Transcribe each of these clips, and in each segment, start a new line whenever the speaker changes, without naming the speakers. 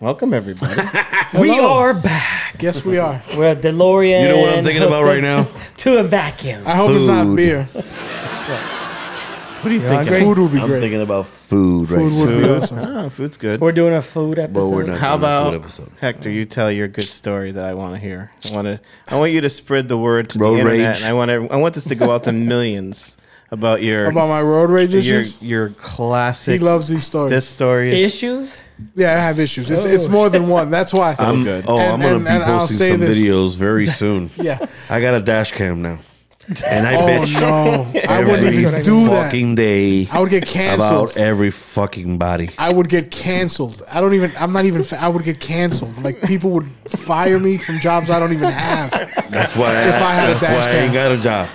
Welcome everybody.
We
Hello.
are back.
Yes, we are.
We're at DeLorean.
You know what I'm thinking about
hooked
right
up
now?
To, to a vacuum.
I hope it's not
Food.
beer.
What do you think?
hungry?
Food would be
I'm
great.
thinking about food, right
Food would be
now.
awesome.
ah, food's good.
We're doing a food episode.
But we're not
How
doing a food
about
episode.
Hector? You tell your good story that I want to hear. I want to. I want you to spread the word to
Road
the internet,
rage.
and I want to. I want this to go out to millions about your
About my road rage
your
issues.
your
He
classic.
loves these stories.
this story is
Issues?
yeah, I have issues. It's,
So-
it's more than one. That's why.
I'm,
good.
Oh, I'm
And-
gonna
and-
be
and I'll
posting
say
some
this.
videos very soon.
yeah.
I got a dash cam now, and I
Oh
bitch
no, I
every
wouldn't even do that.
fucking day
I would get
about
canceled.
every fucking body.
I would get canceled. I don't even. I'm not even. fa- I would get canceled. Like people would fire me from jobs I don't even have.
That's why.
If I had a
that's
dash
why I
cam.
ain't got a job.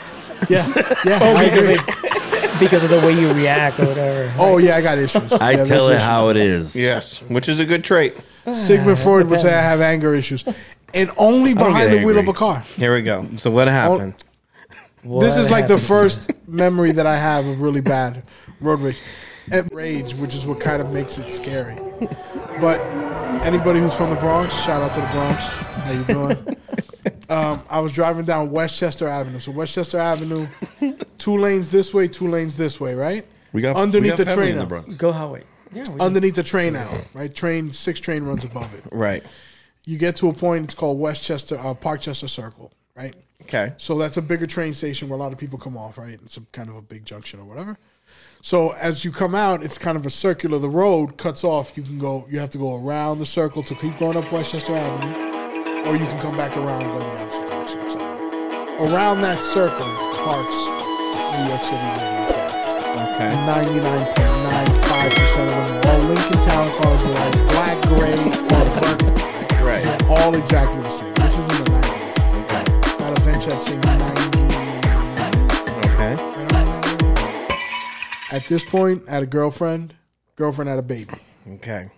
Yeah, yeah.
Oh,
I
because,
agree.
of, because of the way you react or whatever.
Oh yeah, I got issues.
I
yeah,
tell
that's
it how it is.
yes, which is a good trait.
Sigmund Freud would say I have anger issues, and only behind the
get
wheel of
angry.
a car.
Here we go. So what happened?
What
this is like the
happened?
first memory that I have of really bad road rage. And rage, which is what kind of makes it scary. But anybody who's from the Bronx, shout out to the Bronx. How you doing? Um, I was driving down Westchester Avenue. So Westchester Avenue, two lanes this way, two lanes this way, right?
We got
underneath
we got
the
family
train
in the
out.
Bronx.
Go how wait. Yeah, we
underneath the train now, right? Train six train runs above it.
Right.
You get to a point. It's called Westchester uh, Parkchester Circle, right?
Okay.
So that's a bigger train station where a lot of people come off, right? It's a kind of a big junction or whatever. So as you come out, it's kind of a circular. The road cuts off. You can go. You have to go around the circle to keep going up Westchester Avenue, or you can come back around and go the opposite direction. et cetera. Around that circle, parks New York City. Liberty Cars.
Okay.
99.95% of them are all Lincoln Town cars. They're all black, gray, or burgundy.
Right.
They're all exactly the same. This is in the 90s. I'd venture at saying 90.
Okay.
At this point, I had a girlfriend. Girlfriend had a baby.
Okay.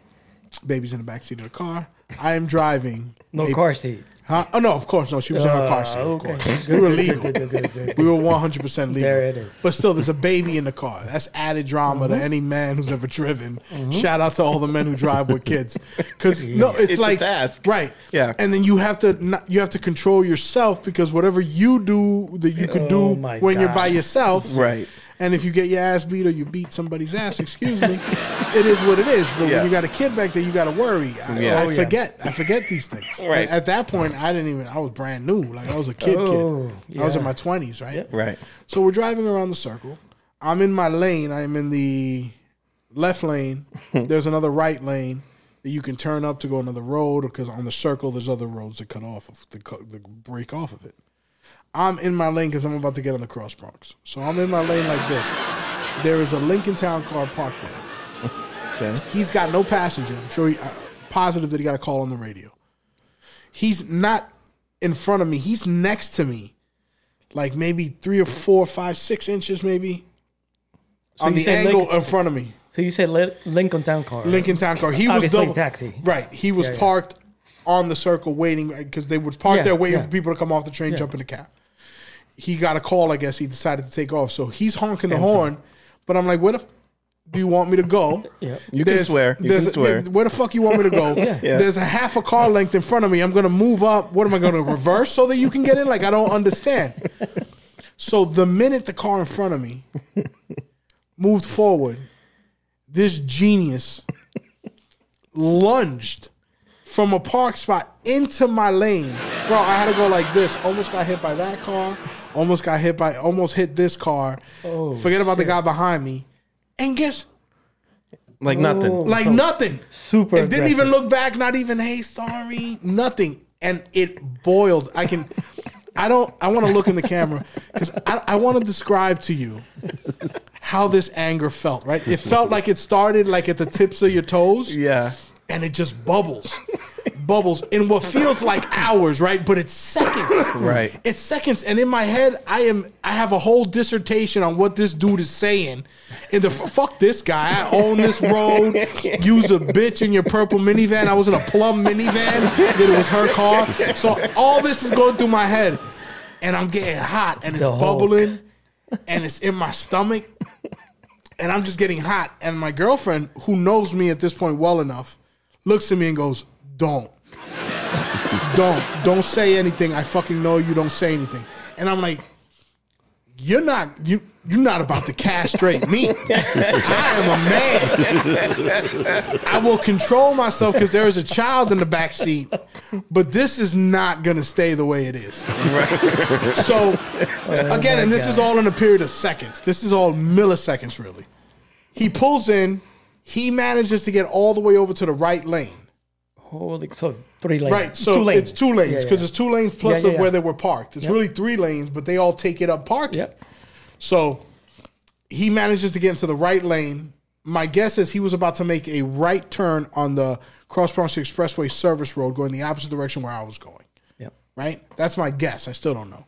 Baby's in the backseat of the car. I am driving.
no
a-
car seat.
Huh? Oh, no, of course. No, she was in her car
Uh,
seat.
okay.
Of course.
Good,
we were
good,
legal.
good, good, good, good,
We were 100% legal.
There it is. Uh-huh.
But still, there's a baby in the car. That's added drama to any man who's ever driven. Shout out to all the men who drive with kids, because no, it's,
It's a
like
task.
right?
Yeah.
and then you have to not, you have to control yourself because whatever you do that you can
Oh
do
my
when you're by
God.
yourself,
Right.
And if you get your ass beat or you beat somebody's ass, excuse me, it is what it is. But
Yeah.
when you got a kid back there, you got to worry. I,
Yeah.
I
Oh,
yeah.
forget. I forget these things.
Right.
And at that point, I didn't even. I was brand new. Like I was a kid.
Oh,
kid. I was
yeah.
in my twenties, right?
Right.
So we're driving around the circle. I'm in my lane. I am in the left lane. There's another right lane that you can turn up to go another road because on the circle there's other roads that cut off of the, co- the break off of it. I'm in my lane because I'm about to get on the cross Bronx. So I'm in my lane like this. There is a Lincoln Town car parked there.
Okay.
He's got no passenger. I'm sure he, uh, positive that he got a call on the radio. He's not in front of me. He's next to me, like maybe three or four, five, six inches, maybe on
you
the
said
angle
Lincoln-
in front of me.
So you said Lin- Lincoln Town Car. right?
Lincoln Town car. He was
Obviously
double,
taxi.
Right. He was
Yeah, yeah.
parked on the circle waiting because they would park
Yeah,
there waiting
yeah.
for people to come off the train, jump in the cab. He got a call. I guess he decided to take off. So he's honking the horn, but I'm like, "What if? Do you want me to go?"
Yeah.
You can swear. You
there's-
can swear.
yeah, Where the fuck you want me to go?
Yeah.
There's a half a car length in front of me. I'm gonna move up. What am I gonna reverse so that you can get in? Like I don't understand. So the minute the car in front of me moved forward, this genius lunged from a park spot into my lane. Bro, I had to go like this. Almost got hit by that car. Almost got hit by almost hit this car.
Oh,
Forget about the guy behind me. And guess
Like nothing.
Oh.
like
So-
nothing.
Super
It didn't even
aggressive.
look back. Not even hey, sorry, nothing. And it boiled. I can. I don't. I want to look in the camera because I, I want to describe to you how this anger felt. Right? It felt like it started like at the tips of your toes
Yeah.
and it just bubbles, bubbles in what feels like hours, right? But it's seconds,
Right.
It's seconds, and in my head, I am I have a whole dissertation on what this dude is saying. In the fuck this guy, I own this road. Use a bitch in your purple minivan. I was in a plum minivan. That it was her car. So all this is going through my head, and I'm getting hot, and it's
The Hulk.
bubbling, and it's in my stomach and I'm just getting hot. And my girlfriend, who knows me at this point well enough, looks at me and goes, "Don't, don't, don't say anything. I fucking know you don't say anything." And I'm like, "You're not you you're not about to castrate me. I am a man. I will control myself because there is a child in the back seat, but this is not gonna stay the way it is." So again,
my
and this
God.
is all in a period of seconds. This is all milliseconds, really. He pulls in. He manages to get all the way over to the right lane.
Holy, so three lanes.
Right, so it's two lanes because it's two lanes plus
Yeah, yeah,
of where
yeah.
they were parked. It's really three lanes, but they all take it up parking.
Yep.
So he manages to get into the right lane. My guess is he was about to make a right turn on the Cross Bronx Expressway service road, going the opposite direction where I was going
Yep.
right? That's my guess. I still don't know.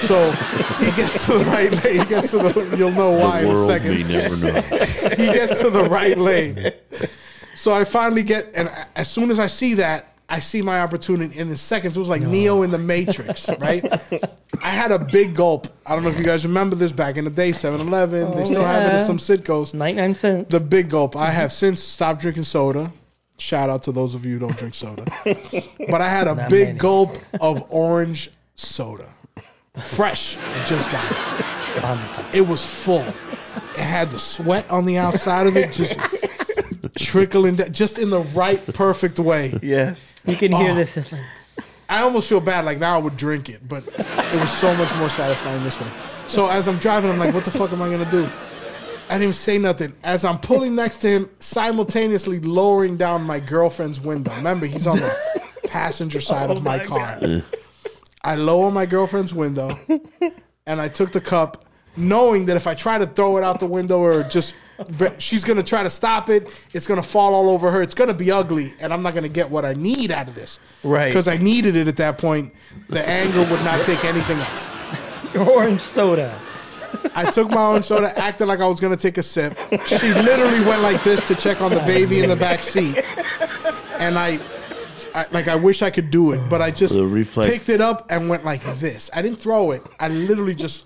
So he gets to the right lane. He gets to the. You'll know why in a
World
second.
may never know.
He gets to the right lane. So I finally get, and a- as soon as I see that, I see my opportunity. And in seconds, it was like Neo in the Matrix, right? I had a big gulp. I don't know if you guys remember this back in the day, 7 Eleven. They still have it
yeah.
in some Sitcoms
Ninety-nine cents.
the big gulp. I have since stopped drinking soda. Shout out to those of you who don't drink soda. But I had a
Not
big
many.
gulp of orange soda. Fresh. I just got it. It was full. It had the sweat on the outside of it just trickling down, just in the right perfect way.
Yes.
you can
Oh.
hear this. It's like,
I almost feel bad. Like now I would drink it, but it was so much more satisfying this way. So as I'm driving, I'm like, what the fuck am I gonna do? I didn't even say nothing. As I'm pulling next to him, simultaneously lowering down my girlfriend's window. Remember, he's on the passenger side of my, car. I lower my girlfriend's window, and I took the cup, knowing that if I try to throw it out the window or just, but she's gonna try to stop it. It's gonna fall all over her. It's gonna be ugly, and I'm not gonna get what I need out of this.
Right.
Because I needed it at that point. The anger would not take anything else.
orange soda.
I took my own soda, acted like I was gonna take a sip. She literally went like this to check on the baby in the back seat, and I, I like I wish I could do it, but I just
The reflex.
picked it up and went like this. I didn't throw it. I literally just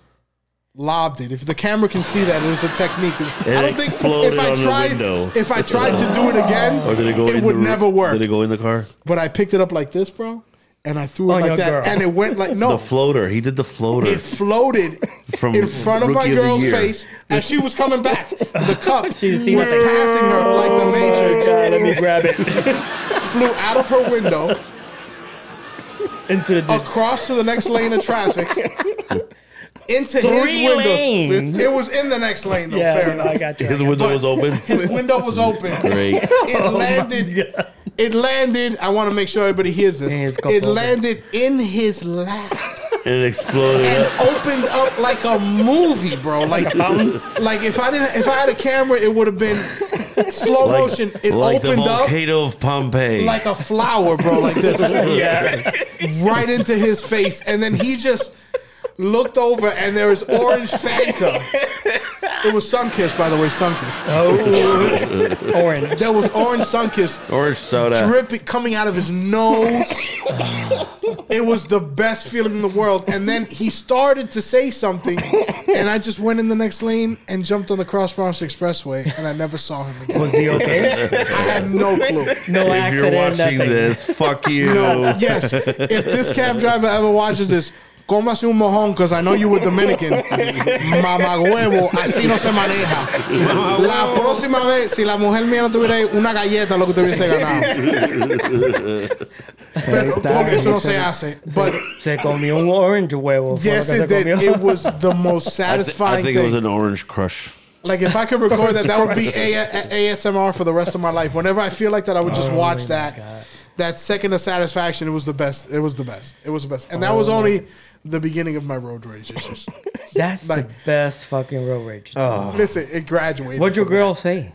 lobbed it. If the camera can see that, it was a technique. I don't think
exploded
if I
on the
tried
window.
if I tried to do it again,
Or Oh, did it go?
it
in
would
the,
never work.
Did it go in the car?
but I picked it up like this, bro, and I threw it
On
like
Oh, your
that,
girl.
and it went like no.
The floater. He did the floater.
It floated
From
in front of my
Rookie of the
girl's
Year.
face as she was coming back. The cup
She
was
seen it. Oh
passing her like the Matrix.
God, let me grab it
Flew out of her window,
into the
Oh,
dude.
across to the next lane of traffic, into
three
his window.
lanes.
It was in the next lane though.
yeah,
fair
I
enough.
got you. Oh
His window was open.
His window was open.
Great.
It landed. It landed. I want to make sure everybody hears this.
In his cup
It
holder.
landed in his lap
And it exploded.
and
up.
opened up like a movie, bro. Like Like if I didn't, if I had a camera, it would have been slow
Like,
motion. It
like the
opened up
volcano of Pompeii.
like a flower, bro, like this, right into his face, and then he just looked over, and there was orange Fanta. It was Sunkiss, by the way, Sunkiss.
Oh, orange.
There was orange Sunkiss
Orange soda.
dripping coming out of his nose. it was the best feeling in the world. And then he started to say something, and I just went in the next lane and jumped on the Cross Bronx Expressway, and I never saw him again.
Was he okay?
I had no clue.
No
If you're
accident.
watching
nothing.
this, fuck you.
No, yes. If this cab driver ever watches this, cómase un mojón, because I know you were Dominican. Mamagüevo, así no se maneja. La próxima vez, si la mujer mía no tuviera una galleta, lo que te hubiese ganado. Pero, porque eso no se hace. But
Se comió un orange huevo. fue
yes,
lo
it
que se
did.
comió.
It was the most
I, thi- I
satisfying
think it was
thing.
an orange crush.
Like if I could record that, that would be A- A- ASMR for the rest of my life. Whenever I feel like that, I would just watch that. That second of satisfaction, it was the best. It was the best. It was the best. And that was only the beginning of my road rage issues.
That's the
like-
best fucking road rage.
Oh. Listen, it graduated.
What'd your
from
girl say?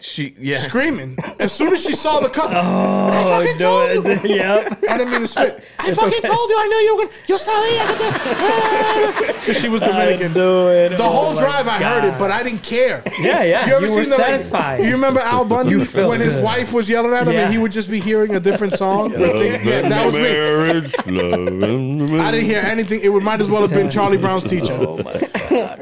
She yeah.
that. screaming as soon as she saw the cup? I fucking told you.
yep.
I Oh, didn't mean to spit. I fucking told you. I knew you were gonna. You saw me. Because she was Dominican. Oh
do it. Oh
The whole drive, I heard it, but I didn't care.
Yeah, yeah.
You
You,
ever
were
seen the
satisfied.
Like, you remember Al Bundy
felt
when his
good.
wife was yelling at him
Yeah.
and he would just be hearing a different song? Or think- yeah, that was me.
Marriage, love.
I didn't hear anything. It would might as well have been Charlie Brown's teacher.
Oh,
Yep,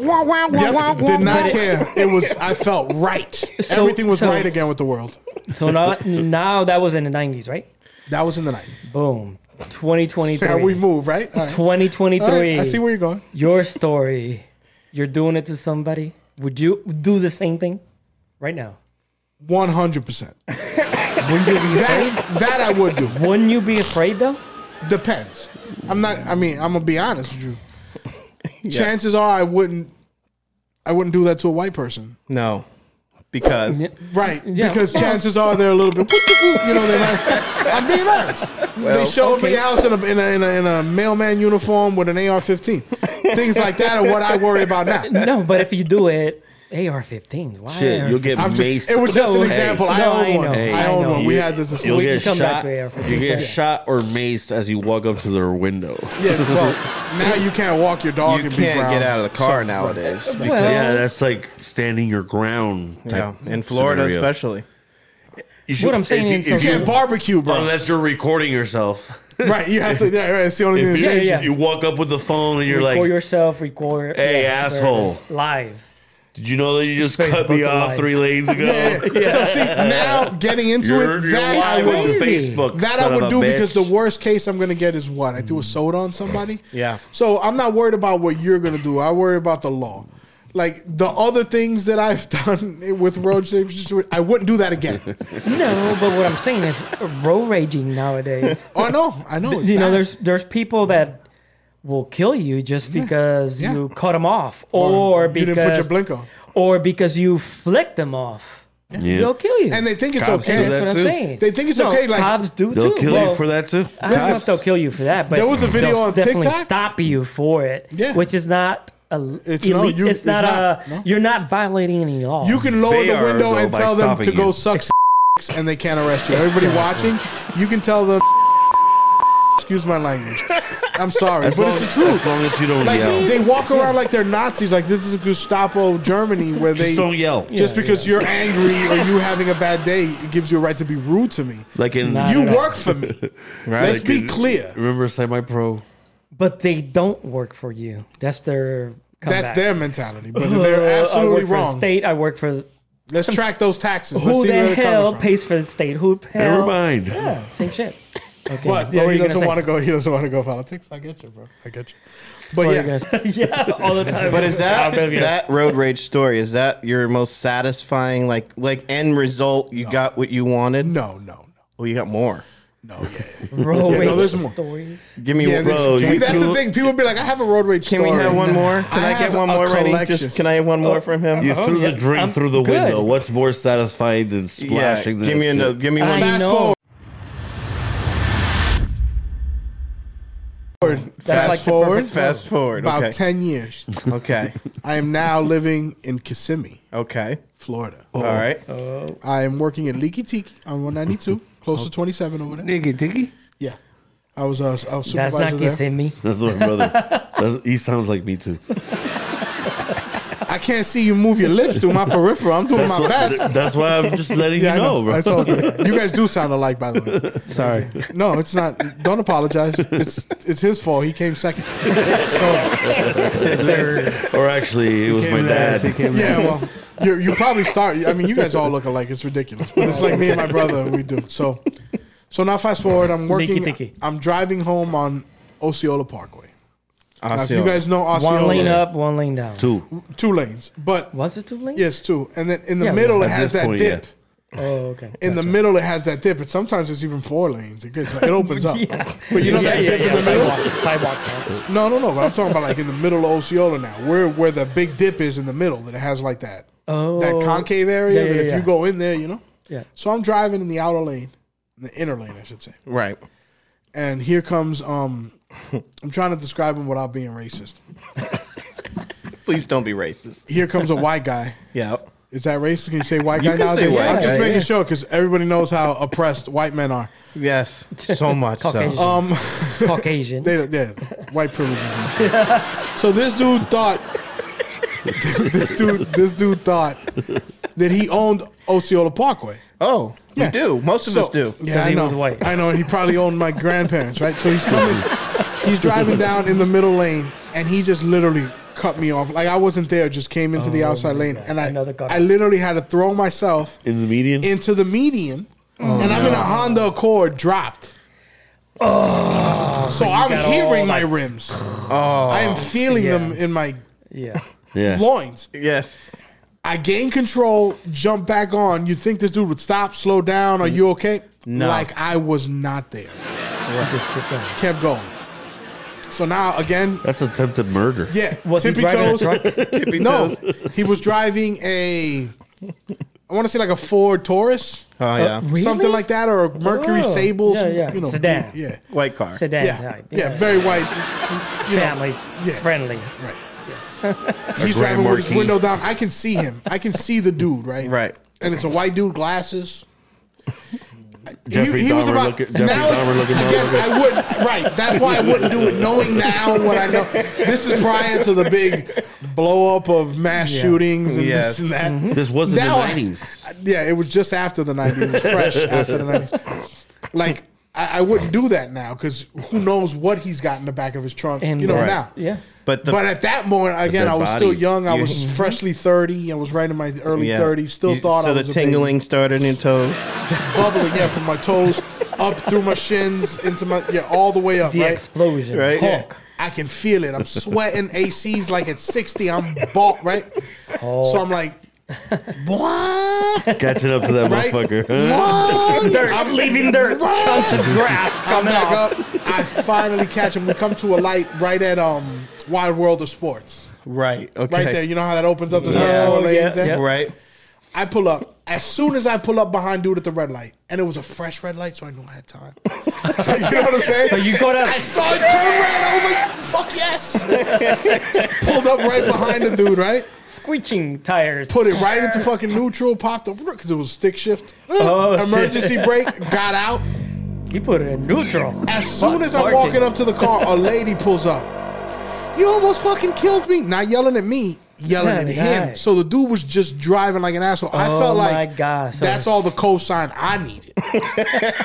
did not care. It was. I felt right.
So-
Everything was
so-
right again with the world.
So now, now that was in the 90s, right?
That was in the night.
Boom.
Now
2023.
we move, right? All right. All
2023.
right, I see where you're going.
Your story. You're doing it to somebody. Would you do the same thing right now?
One hundred percent.
Wouldn't you be afraid?
That that I would do.
Wouldn't you be afraid though?
Depends. I'm not. I mean, I'm gonna be honest with you. Chances are, I wouldn't. I wouldn't do that to a white person,
No, because
right?
Yeah.
Because
Yeah.
chances are they're a little bit. You know, they're not. I'm being honest. they showed me
okay.
a house in a, in a in a in a mailman uniform with an AR-15. Things like that are what I worry about now.
No, but if you do it, AR-15. Why?
Shit,
AR-15?
you'll get
I'm just.
maced.
It was just
No,
an
hey.
example. I
No,
own
I
one.
know.
I
I
own
know.
one. We
You-
had this discussion.
You'll
We can
get
come back
shot.
to AR for
You get
sure.
shot or maced as you walk up to their window.
Yeah, well, now you can't walk your dog
you
and be
can't
brown.
get out of the car nowadays. because-
Well,
yeah, that's like standing your ground.
yeah,
Type
in Florida
scenario.
especially.
You should-
What I'm
if
saying
you-
is
if
so-
you-
Can't barbecue, bro.
unless you're recording yourself.
right, you have to. Yeah, right. It's the only thing.
If
that
you,
Yeah,
saves
yeah.
you walk up with the phone and you're
record
like,
yourself, record.
Hey,
yeah, there it
asshole.
is. Live.
"Did you know that you just cut me
Facebook
off
Live.
three lanes ago?"
Yeah, yeah. So see, now getting into
You're,
it,
you're
that I
live
would
on
do.
Facebook.
that
son
I
of
would
a
do because the
bitch.
worst case I'm gonna get is what I threw a soda on somebody.
Yeah.
So I'm not worried about what you're gonna do. I worry about the law. Like the other things that I've done with road safety, I wouldn't do that again.
No, but what I'm saying is road raging nowadays.
Oh no, I know. it's
you know,
bad.
there's there's people that will kill you just because
yeah.
you cut them off, or,
you
because
didn't put your blink on,
or because you flicked them off.
Yeah.
They'll kill you.
and they think it's
Cops do
okay.
that's
that
what I'm
too.
saying.
They think it's
No,
okay, like-
cops do
They'll
too.
kill
Well,
you for that too.
I don't know if they'll kill you for that, but
There was a video
they'll
on
definitely
TikTok?
Stop you for it,
Yeah.
which is not a.
It's-
It's,
no, you-
it's
it's
not
not,
a.
no.
You're not violating any law.
You can lower
They
the
are,
window
though,
and
by
tell them to
stopping
go
you.
suck and they can't arrest you. Everybody watching, you can tell them. Excuse my language. I'm sorry,
As
but
long,
it's the truth.
As long as you don't
Like
yell,
they walk around like they're Nazis. Like this is a Gestapo Germany where they
just don't yell.
just
Yeah,
because you're angry or you having a bad day, it gives you a right to be rude to me.
Like in
Nah. I
You
don't know.
work for me. Let's
like uh,
be
in-
clear.
Remember, semi pro.
but they don't work for you. That's their. Comeback.
That's their mentality, but they're
I work
absolutely
For the
wrong.
state. I work for
Let's track those taxes. Let's
who
see where
the
they're coming
hell
from.
pays for the state? Who the hell?
Never mind.
Yeah, same shit. Okay.
But
what
yeah,
were
he
you gonna
doesn't
say?
want to go. He doesn't want to go politics. I get you, bro. I get you.
What
But
were
yeah,
you gonna say? yeah, all the time.
But is that
I'll give you-
that road rage story? Is that your most satisfying, like like end result? You got what you wanted.
no, no,
Well, you got more.
no, no. Yeah,
road
Yeah, no,
rage
there's more.
stories?
Give me
yeah.
one.
this-
Bro,
see,
you
that's the
cool?
thing. People be like, I have a road rage
Can
story.
we have one more? Can
I
I, get
have
one
a
more ready?
collection.
Just can I have one more from him?
Oh,
You threw
yeah.
the drink
I'm
through the
good.
window. What's more satisfying than
yeah.
splashing? that
Give me
shit?
another. Give me
I
one.
Fast
know.
forward.
That's
Fast
like the
forward
perfect-
Fast forward.
about
Okay.
ten years.
okay.
I am now living in Kissimmee,
Okay.
Florida.
All right.
I am working at Leaky Tiki on 192, close to 27 over there.
Nigga, diggy.
Yeah, I was uh, I was
That's
supervisor
not
there.
kissing me.
That's my brother. That's, he sounds like me too.
I can't see you move your lips through my peripheral. I'm doing
That's,
my
why,
best.
that's why I'm just letting
Yeah, I
you know,
know.
bro.
That's all good. You guys do sound alike, by the way.
Sorry.
No, it's not. Don't apologize. It's it's his fault. He came second. So
Or actually, it was my dad.
yeah, well, you you probably start. I mean, you guys all look alike. It's ridiculous, but it's like me and my brother. We do so. So now, fast forward. I'm working.
Tiki-tiki.
I'm driving home on Osceola Parkway. Now, if
Osceola.
you guys know Osceola,
One lane
yeah.
up, one lane down.
Two.
two lanes, but
Was it two lanes?
yes, two. And then in the
Yeah,
middle,
yeah.
it
At
has
this
that
point,
dip.
yeah.
Oh, okay.
In the middle, it has that dip, and sometimes it's even four lanes. It, gets, it opens up. But you know that dip in the middle.
Sidewalk, sidewalk counts.
No, no, no. But I'm talking about like in the middle of Osceola now, where where the big dip is in the middle that it has like that
Oh,
that concave area.
Yeah,
that
yeah,
if
yeah.
you go in there, you know.
Yeah.
So I'm driving in the outer lane, in the inner lane, I should say.
Right.
And here comes um, I'm trying to describe him without being racist.
Please don't be racist.
Here comes a white guy.
Yeah.
Is that racist? Can you say white
You
guy
can say
nowadays?
white
I'm just
guy,
making
yeah.
sure because everybody knows how oppressed white men are.
Yes. So much
Caucasian.
so.
Um,
Caucasian.
They, yeah, white privileges. And shit. so this dude thought, this dude, this dude thought that he owned Osceola Parkway.
Oh,
Yeah.
we do. Most of
So-
us do.
Yeah, I
he
know.
was white.
I know, and he probably owned my grandparents, right? So he's coming, he's driving down in the middle lane, and he just literally cut me off. Like I wasn't there, just came into the outside lane, and I
Another cut
I
off.
literally had to throw myself
in the median.
into the median,
Oh,
and I'm in a Honda Accord dropped. Oh, so I'm
got all
hearing my
that- Oh,
rims. I am feeling
yeah.
them in my
Yeah.
yeah.
loins.
Yes.
I gain control, jump back on. You think this dude would stop, slow down? Are you okay?
No.
Like I was not there.
Just keep going.
Kept going. So now again,
That's attempted murder.
yeah,
Was he
tippy
driving
toes.
a truck?
Tippy
No,
toes.
he was driving a. I want to say like a Ford Taurus,
Uh,
Oh yeah.
something like that, or a Mercury
Oh,
Sable.
yeah, yeah.
You know,
Sedan.
Yeah,
White car.
Sedan
yeah,
type.
yeah, very white. You know,
family
yeah.
friendly.
Right. He's
Grand
driving with his
Marquis.
window down. I can see him. I can see the dude, right?
Right.
And it's a white dude, glasses.
Jeffrey Dahmer looking- Jeffrey Dahmer looking
again, I wouldn't. Right. That's why I wouldn't do it, knowing now what I know. This is prior to the big blow up of mass shootings and
Yes.
this and that.
This wasn't
Now I-
the 90s.
Yeah, it was just after the 90s. It was fresh after the 90s. Like, I, I wouldn't do that now because who knows what he's got in the back of his trunk,
And
you know,
that-
now.
Yeah.
But the
but at that moment, again,
dead
I was still
body.
young. I
You-
was freshly 30. I was right in my early 30s. Still
You-
thought
so
I was
the
a baby.
tingling started in your toes.
bubbling, yeah, from my toes up through my shins into my, yeah, all the way up,
The
right?
explosion.
Right?
Yeah. I can feel it. I'm sweating. AC's like at 60. I'm bald, right?
Oh.
So I'm like, what?
Catching up to that
Right?
motherfucker.
What?
I'm leaving dirt. Chunks of grass
I'm
coming
back
off.
up. I finally catch him. We come to a light right at um Wild World of Sports.
Right. Okay.
Right there. You know how that opens up the
Yeah.
four
Oh,
lanes
yeah,
there?
yeah.
Right.
I pull up. As soon as I pull up behind dude at the red light, and it was a fresh red light, so I knew I had time. you know what I'm saying? So
you got up.
I saw it turn red. I was like, "Fuck yes!" Pulled up right behind the dude, right?
Screeching tires.
Put it right into fucking neutral. Popped up because it was stick shift.
Oh, shit.
Emergency brake. Got out.
You put it in neutral.
As soon
Fuck
as I'm
parking.
walking up to the car, a lady pulls up. You almost fucking killed me. Not yelling at me, yelling at
Nice.
him. So the dude was just driving like an asshole. I felt like
Oh my God, son.
that's all the cosign I needed.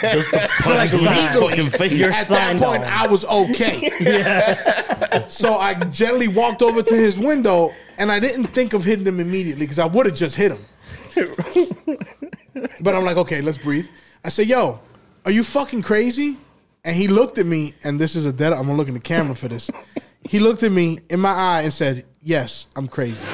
Just to
like
punch him in the
legally,
fucking face.
You're
At that
signed
point,
on.
I was okay. So I gently walked over to his window, and I didn't think of hitting him immediately because I would have just hit him. but I'm like, okay, let's breathe. I said, yo, are you fucking crazy? And he looked at me, and this is a dead. I'm gonna look in the camera for this. He looked at me in my eye and said, "Yes, I'm crazy."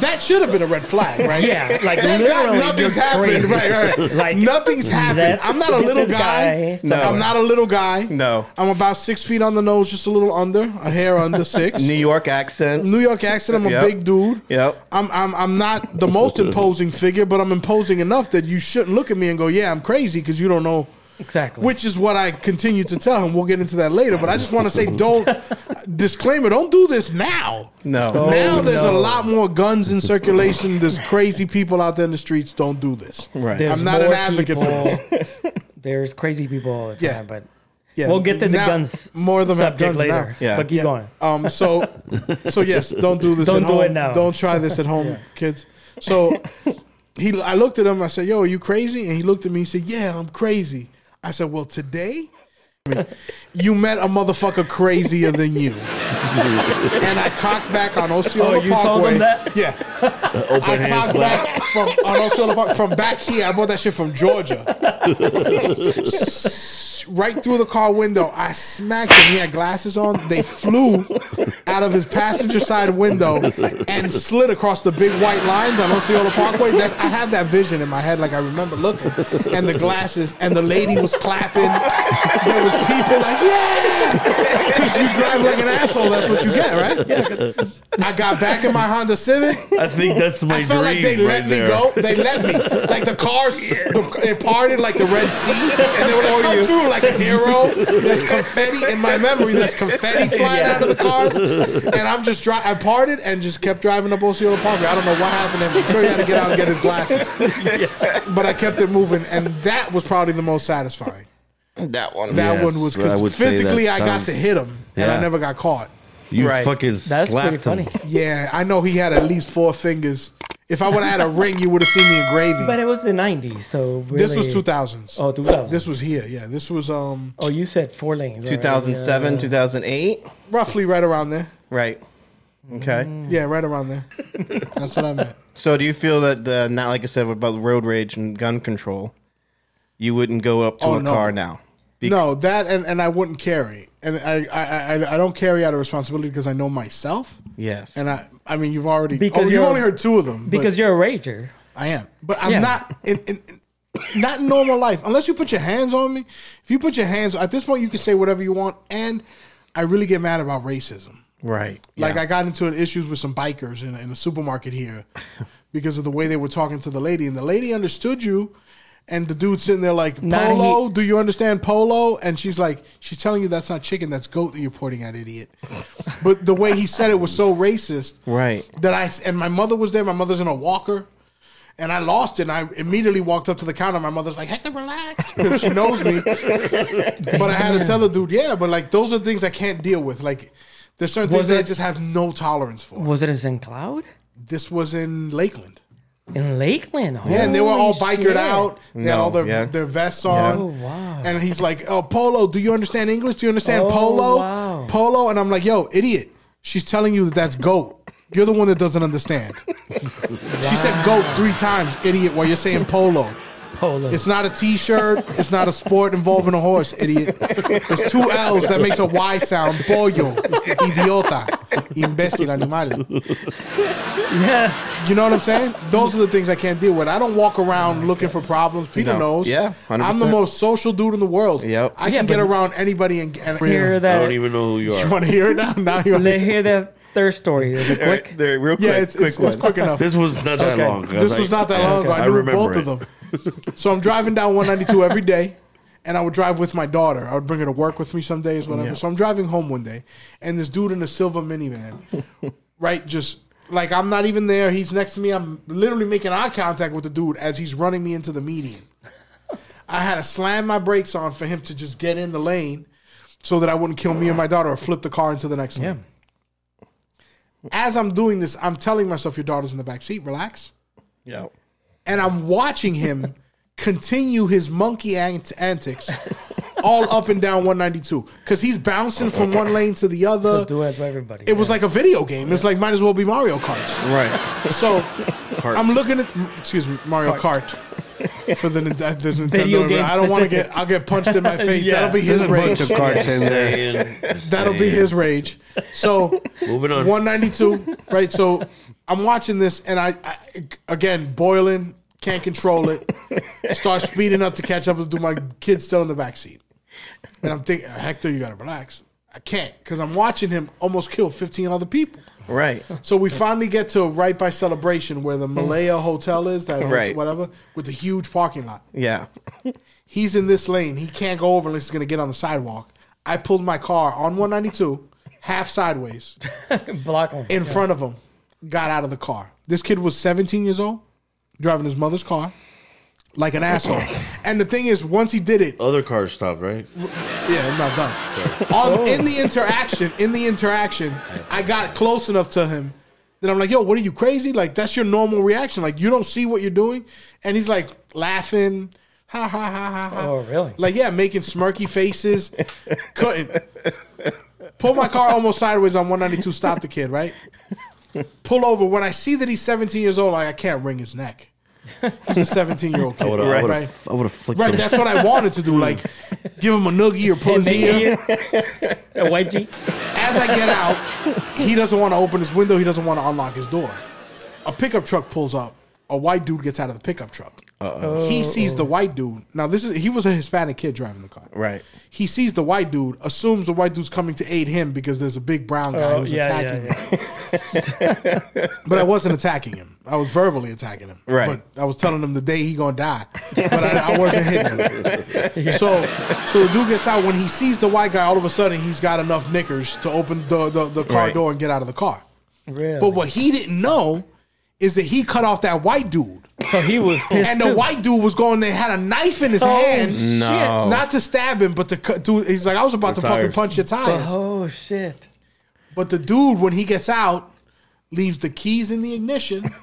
That should have been a red flag, right?
Yeah, like
Thank God
literally,
nothing's
you're
happened.
crazy.
Right, right, right.
Like,
nothing's happened.
let's
I'm not a
get
little
this
guy.
guy No.
I'm not a little guy.
No.
I'm about six feet on the nose, just a little under, a hair under six.
New York accent.
New York accent. I'm a
Yep.
big dude.
Yep.
I'm, I'm I'm not the most imposing figure, but I'm imposing enough that you shouldn't look at me and go, "Yeah, I'm crazy," because you don't know.
Exactly.
Which is what I continue to tell him. We'll get into that later, but I just want to say, don't disclaimer. Don't do this now.
Oh, No.
now there's a
no.
lot more guns in circulation. There's crazy people out there in the streets. Don't do this.
Right.
There's
I'm not an
more
advocate for
people- There's crazy people all the time,
Yeah.
but
Yeah,
we'll get to the
now-
guns
More than have
subject
guns
later.
now.
Yeah.
But keep
Yeah.
going.
Um, so, so yes, don't do this.
Don't
at
do
home.
it now.
Don't try this at home, kids. So, he, I looked at him. I said, "Yo, are you crazy?" And he looked at me. He said, "Yeah, I'm crazy." I said, "Well, today." You met a motherfucker crazier than you, and I cocked back on Osceola
Oh, you
Parkway.
told him that?
Yeah,
Open
I
hand
cocked
slap.
back from on Osceola Park from back here. I bought that shit from Georgia. right through the car window, I smacked him. He had glasses on. They flew out of his passenger side window and slid across the big white lines on Osceola Parkway. That I have that vision in my head, like I remember looking, and the glasses, and the lady was clapping. There was people like, yeah, because you drive like an asshole. That's what you get, right? I got back in my Honda Civic.
I think that's my
I felt like
dream
they let
right
me
there.
go. They let me. Like the cars, the, it parted like the Red Sea, and they were like, come through like a hero. There's confetti in my memory. There's confetti flying out of the cars, and I'm just dri I parted and just kept driving up Osceola Parkway. I don't know what happened. to him. I'm sure he had to get out and get his glasses, but I kept it moving, and that was probably the most satisfying.
That one.
That
Yes,
one was
I
because
would say that
physically I got
sounds-
to hit him, and I
Yeah.
never got caught.
You
Right.
fucking
That's pretty
slapped
funny.
him.
Yeah, I know he had at least four fingers. If I would have had a ring, you would have seen the engraving.
But it was the 90s, so really,
This was 2000s.
Oh, 2000.
This was here. Yeah, this was um
oh, you said four lanes. all right,
2007,
yeah.
2008.
roughly right around there.
Right. Okay.
Mm.
Yeah, right around there. That's what I meant.
So do you feel that the not like I said about road rage and gun control, you wouldn't go up to
Oh,
a
no.
car now? Be-
No, that and, and I wouldn't carry, and I I, I I don't carry out a responsibility because I know myself,
Yes.
and I I mean you've already
Because
oh, you
you're-
only heard two of them but
because you're a rager.
I am, but I'm
Yeah.
not in, in, in not in normal life unless you put your hands on me. If you put your hands at this point, you can say whatever you want, and I really get mad about racism.
right.
Like I got into issues with some bikers in, in a supermarket here because of the way they were talking to the lady, and the lady understood you, and the dude sitting there like
Not
polo. do you understand polo? And she's like, she's telling you that's not chicken, that's goat that you're pointing at, idiot. but the way he said it was so racist,
Right.
That I and my mother was there. My mother's in a walker. And I lost it, and I immediately walked up to the counter. My mother's like, "Hector, relax," because she knows me. But I had to tell the dude, yeah, but like those are things I can't deal with. Like there's certain
Was
things that I
it-
just have no tolerance for.
Was it in St. Cloud?
This was in Lakeland.
In Lakeland?
Yeah, and they were all
Holy
bikered
shit.
out. They had
No,
all their
yeah.
their vests on.
Oh, wow.
And he's like, "Oh, Polo, do you understand English? Do you understand
Oh,
Polo?
wow.
Polo?" And I'm like, "Yo, idiot! She's telling you that that's goat. You're the one that doesn't understand." She said goat three times, idiot. While you're saying Polo.
Polo.
It's not a T-shirt. It's not a sport involving a horse, idiot. It's two L's that makes a Y sound. Pollo, idiota, imbécil, animal.
yes.
You know what I'm saying? Those are the things I can't deal with. I don't walk around looking for problems. Peter
No.
knows.
Yeah,
i am the
100%.
most social dude in the world.
Yep.
I
Yeah,
can get
but-
around anybody and, and
Hear
I
that.
don't even know who you
You
are.
want to hear it now? Now you.
Let hear that third story. Is it
All right,
quick?
there, real quick.
Yeah, it's
quick
it's,
one.
it's quick enough.
This was not that
Okay.
long.
This was not that long ago.
I
I knew
remember
both
it.
of them. So I'm driving down 192 every day, and I would drive with my daughter. I would bring her to work with me some days, whatever. So I'm driving home one day, and this dude in a silver minivan, right, just like I'm not even there. He's next to me. I'm literally making eye contact with the dude as he's running me into the median. I had to slam my brakes on for him to just get in the lane so that I wouldn't kill me and my daughter or flip the car into the next lane. As I'm doing this, I'm telling myself, your daughter's in the back seat, relax
Yeah.
and I'm watching him continue his monkey ant- antics all up and down 192 because he's bouncing from one lane to the other.
do it to everybody.
It was like a video game. It's like might as well be Mario Kart.
Right.
So I'm looking at excuse me Mario Kart. For the, Nin- that- this Nintendo,
Video game
I don't want to
specific.
get. I'll get punched in my face.
Yeah.
That'll be
There's
his
a bunch
rage.
of carts in there.
That'll
That'll be his rage. So
Moving on.
192, right? So I'm watching this, and I, I again boiling, can't control it. Start speeding up to catch up with my kid's still in the back seat, and I'm thinking, Hector, you gotta relax. I can't because I'm watching him almost kill 15 other people.
Right.
So we finally get to right by celebration where the Malaya Hotel is, that hotel-
Right.
whatever, with the huge parking lot.
Yeah.
He's in this lane. He can't go over unless he's gonna get on the sidewalk. I pulled my car on 192, half sideways
block him.
in front of him got out of the car. This kid was 17 years old, driving his mother's car like an asshole. And the thing is, once he did it,
Other cars stopped, right?
yeah, I'm not done. On, in the interaction, in the interaction, I got close enough to him that I'm like, yo, what are you crazy? Like, that's your normal reaction. Like, you don't see what you're doing. And he's like laughing. Ha ha ha ha ha.
Oh, really?
Like, yeah, making smirky faces. Couldn't. Pull my car almost sideways on 192, stop the kid, right? Pull over. When I see that he's 17 years old, like, I can't wring his neck. He's a 17 year old kid.
would've- I
right?
would've-
right?
I would have flicked
Right,
them.
that's what I wanted to do. Like, give him a noogie or pull
And
his
make
ear.
it- a white Jeep.
As I get out, he doesn't want to open his window. He doesn't want to unlock his door. A pickup truck pulls up. A white dude gets out of the pickup truck. He sees the white dude. Now this is he was a Hispanic kid driving the car.
Right.
He sees the white dude, assumes the white dude's coming to aid him because there's a big brown guy
Oh,
who's
yeah, yeah,
attacking him. But I wasn't attacking him. I was verbally attacking him.
Right.
But I was telling him the day he gonna die. But I, I wasn't hitting him. So so the dude gets out. When he sees the white guy, all of a sudden he's got enough knickers to open the the, the car
Right.
door and get out of the car.
Really?
But what he didn't know is that he cut off that white dude.
so he was pissed
And the
too.
white dude was going there, had a knife in his
Oh,
hand.
shit. No.
Not to stab him, but to cut dude. He's like, I was about to fucking
tires.
punch your tires.
Oh shit!
But the dude, when he gets out, leaves the keys in the ignition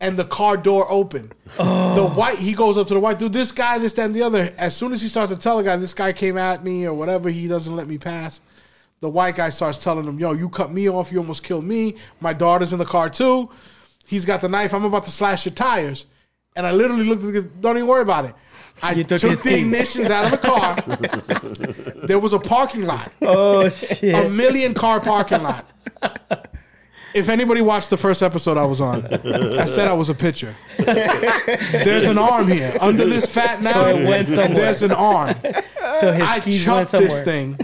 and the car door open.
Oh.
The white, he goes up to the white dude, this guy, this, that, and the other. As soon as he starts to tell the guy, this guy came at me or whatever, he doesn't let me pass. The white guy starts telling him, "Yo, you cut me off. You almost killed me. My daughter's in the car too. He's got the knife. I'm about to slash your tires." And I literally looked at the. Don't even worry about it. I
You
took,
took his
the
keys.
ignitions out of the car. there was a parking lot,
Oh
a
shit!
million car parking lot. If anybody watched the first episode I was on, I said I was a pitcher. There's an arm here under this fat now.
it went somewhere.
there's an arm.
So his
I
keys went
chucked
somewhere.
this thing.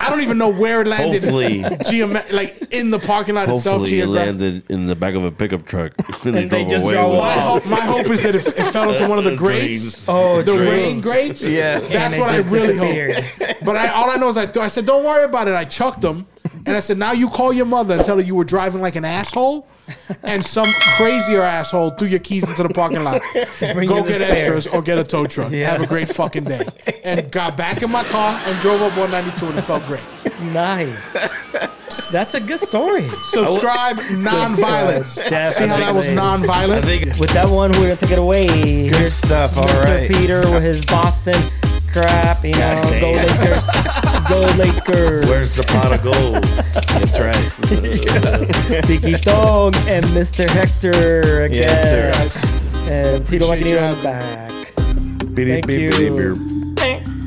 I don't even know where it landed.
Hopefully.
Geome- like in the parking lot itself.
Hopefully, it
geogra-
landed in the back of a pickup truck and they,
And they
drove
just
away.
drove
with
My
off.
it.
hope, my hope is that it, it fell into one of the grates,
Oh,
the
true.
rain grates.
Yes.
And
that's
it
what I
just
really
disappeared.
hope. But I, all I know is I, th- I said, "Don't worry about it." I chucked them, and I said, "Now you call your mother and tell her you were driving like an asshole, and some crazier asshole threw your keys into the parking lot.
Bring
Go
you the
get
spares."
extras or get a tow truck.
Yeah.
Have a great fucking day." And got back in my car and drove up 192, and it felt great.
Nice. That's a good story.
Subscribe, non-violence. See how that was
Definitely.
I
non-violent.
think
With that one, we're gonna take it away.
Good stuff. All right.
Peter with his Boston crap. You know, go Lakers. go Lakers.
where's the pot of gold?
That's right.
Tiki Dog and Mr. Hector again.
Yes,
And Tito
Appreciate you
Maquinino
having me.
back.
Beep,
Thank
beep, beep,
you.
beep.
Thank-